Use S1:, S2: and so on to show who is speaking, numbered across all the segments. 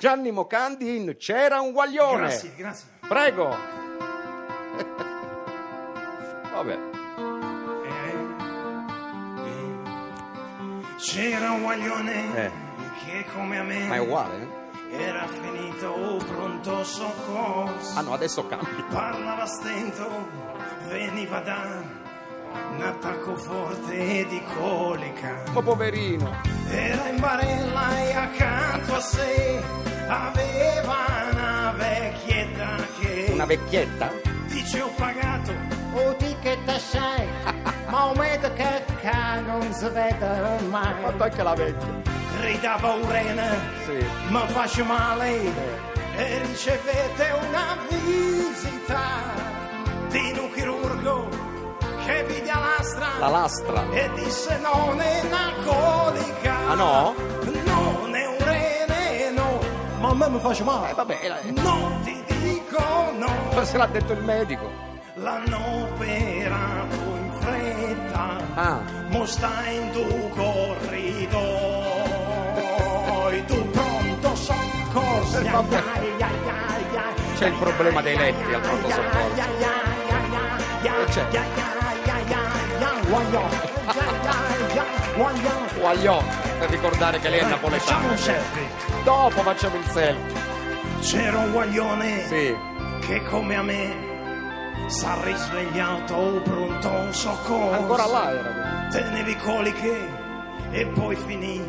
S1: Gianni Mocandi in C'era un guaglione.
S2: Grazie, grazie.
S1: Prego. Vabbè.
S2: Eh, eh. C'era un guaglione
S1: Eh.
S2: che come a
S1: Ma è
S2: me
S1: uguale? eh?
S2: era finito pronto soccorso.
S1: Ah no, adesso cambi.
S2: Parlava a stento, veniva da un attacco forte di colica.
S1: Ma Oh, poverino.
S2: Era in barella e accanto a sé aveva una vecchietta che
S1: Una vecchietta.
S2: dice ho pagato
S3: O di che te sei, ma un metodo che ca non si vede mai.
S1: Fatto anche la vecchia.
S2: gridava Urena
S1: Sì.
S2: ma faccio male e ricevete una visita di un chirurgo che vide l'astra
S1: La lastra.
S2: e disse non è una colica
S1: Ah, no?
S2: non è un reneno ma a me mi faccio male
S1: Eh, vabbè, era- eh,
S2: non ti dico no
S1: se l'ha detto il medico.
S2: L'hanno operato in fretta,
S1: Ah.
S2: mo stai in tu corridoi, tu pronto soccorso.
S1: Eh, vabbè. C'è il problema dei letti al pronto soccorso. E c'è.
S2: soccorso.
S1: Guagliò, per ricordare che lei è
S2: Facciamo
S1: napoletana.
S2: un selfie.
S1: Dopo facciamo il selfie.
S2: C'era un guaglione
S1: Sì.
S2: che come a me s'ha risvegliato pronto soccorso.
S1: Ancora là era.
S2: tenevi coliche e poi finì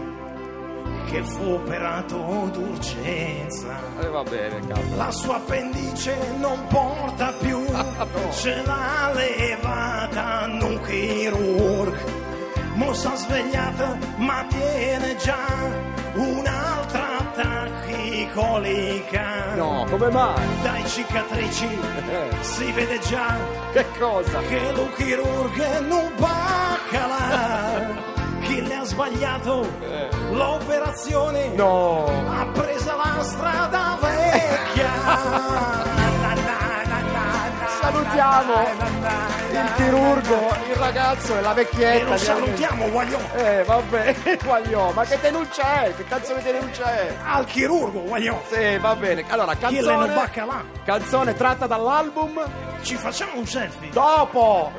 S2: che fu operato d'urgenza.
S1: E Eh, va bene, cavolo.
S2: La sua appendice non porta più,
S1: no.
S2: ce l'ha levata un chirurgo. Mossa svegliata, ma tiene già un'altra tachicolica.
S1: No, come mai?
S2: Dai cicatrici
S1: Eh,
S2: si vede già
S1: che cosa?
S2: che un chirurgo è un baccalà chi le ha sbagliato l'operazione
S1: No.
S2: ha presa la strada vecchia
S1: Salutiamo il chirurgo, Eh, il ragazzo e la
S2: e
S1: vecchietta.
S2: lo
S1: di-
S2: salutiamo guaglione
S1: Eh, vabbè, Guagliò, ma che denuncia è? Che cazzo di denuncia è?
S2: al chirurgo guaglione
S1: Sì, va bene. Allora,
S2: chi le non
S1: canzone,
S2: baccalà
S1: canzone tratta dall'album
S2: ci facciamo un selfie
S1: Dopo,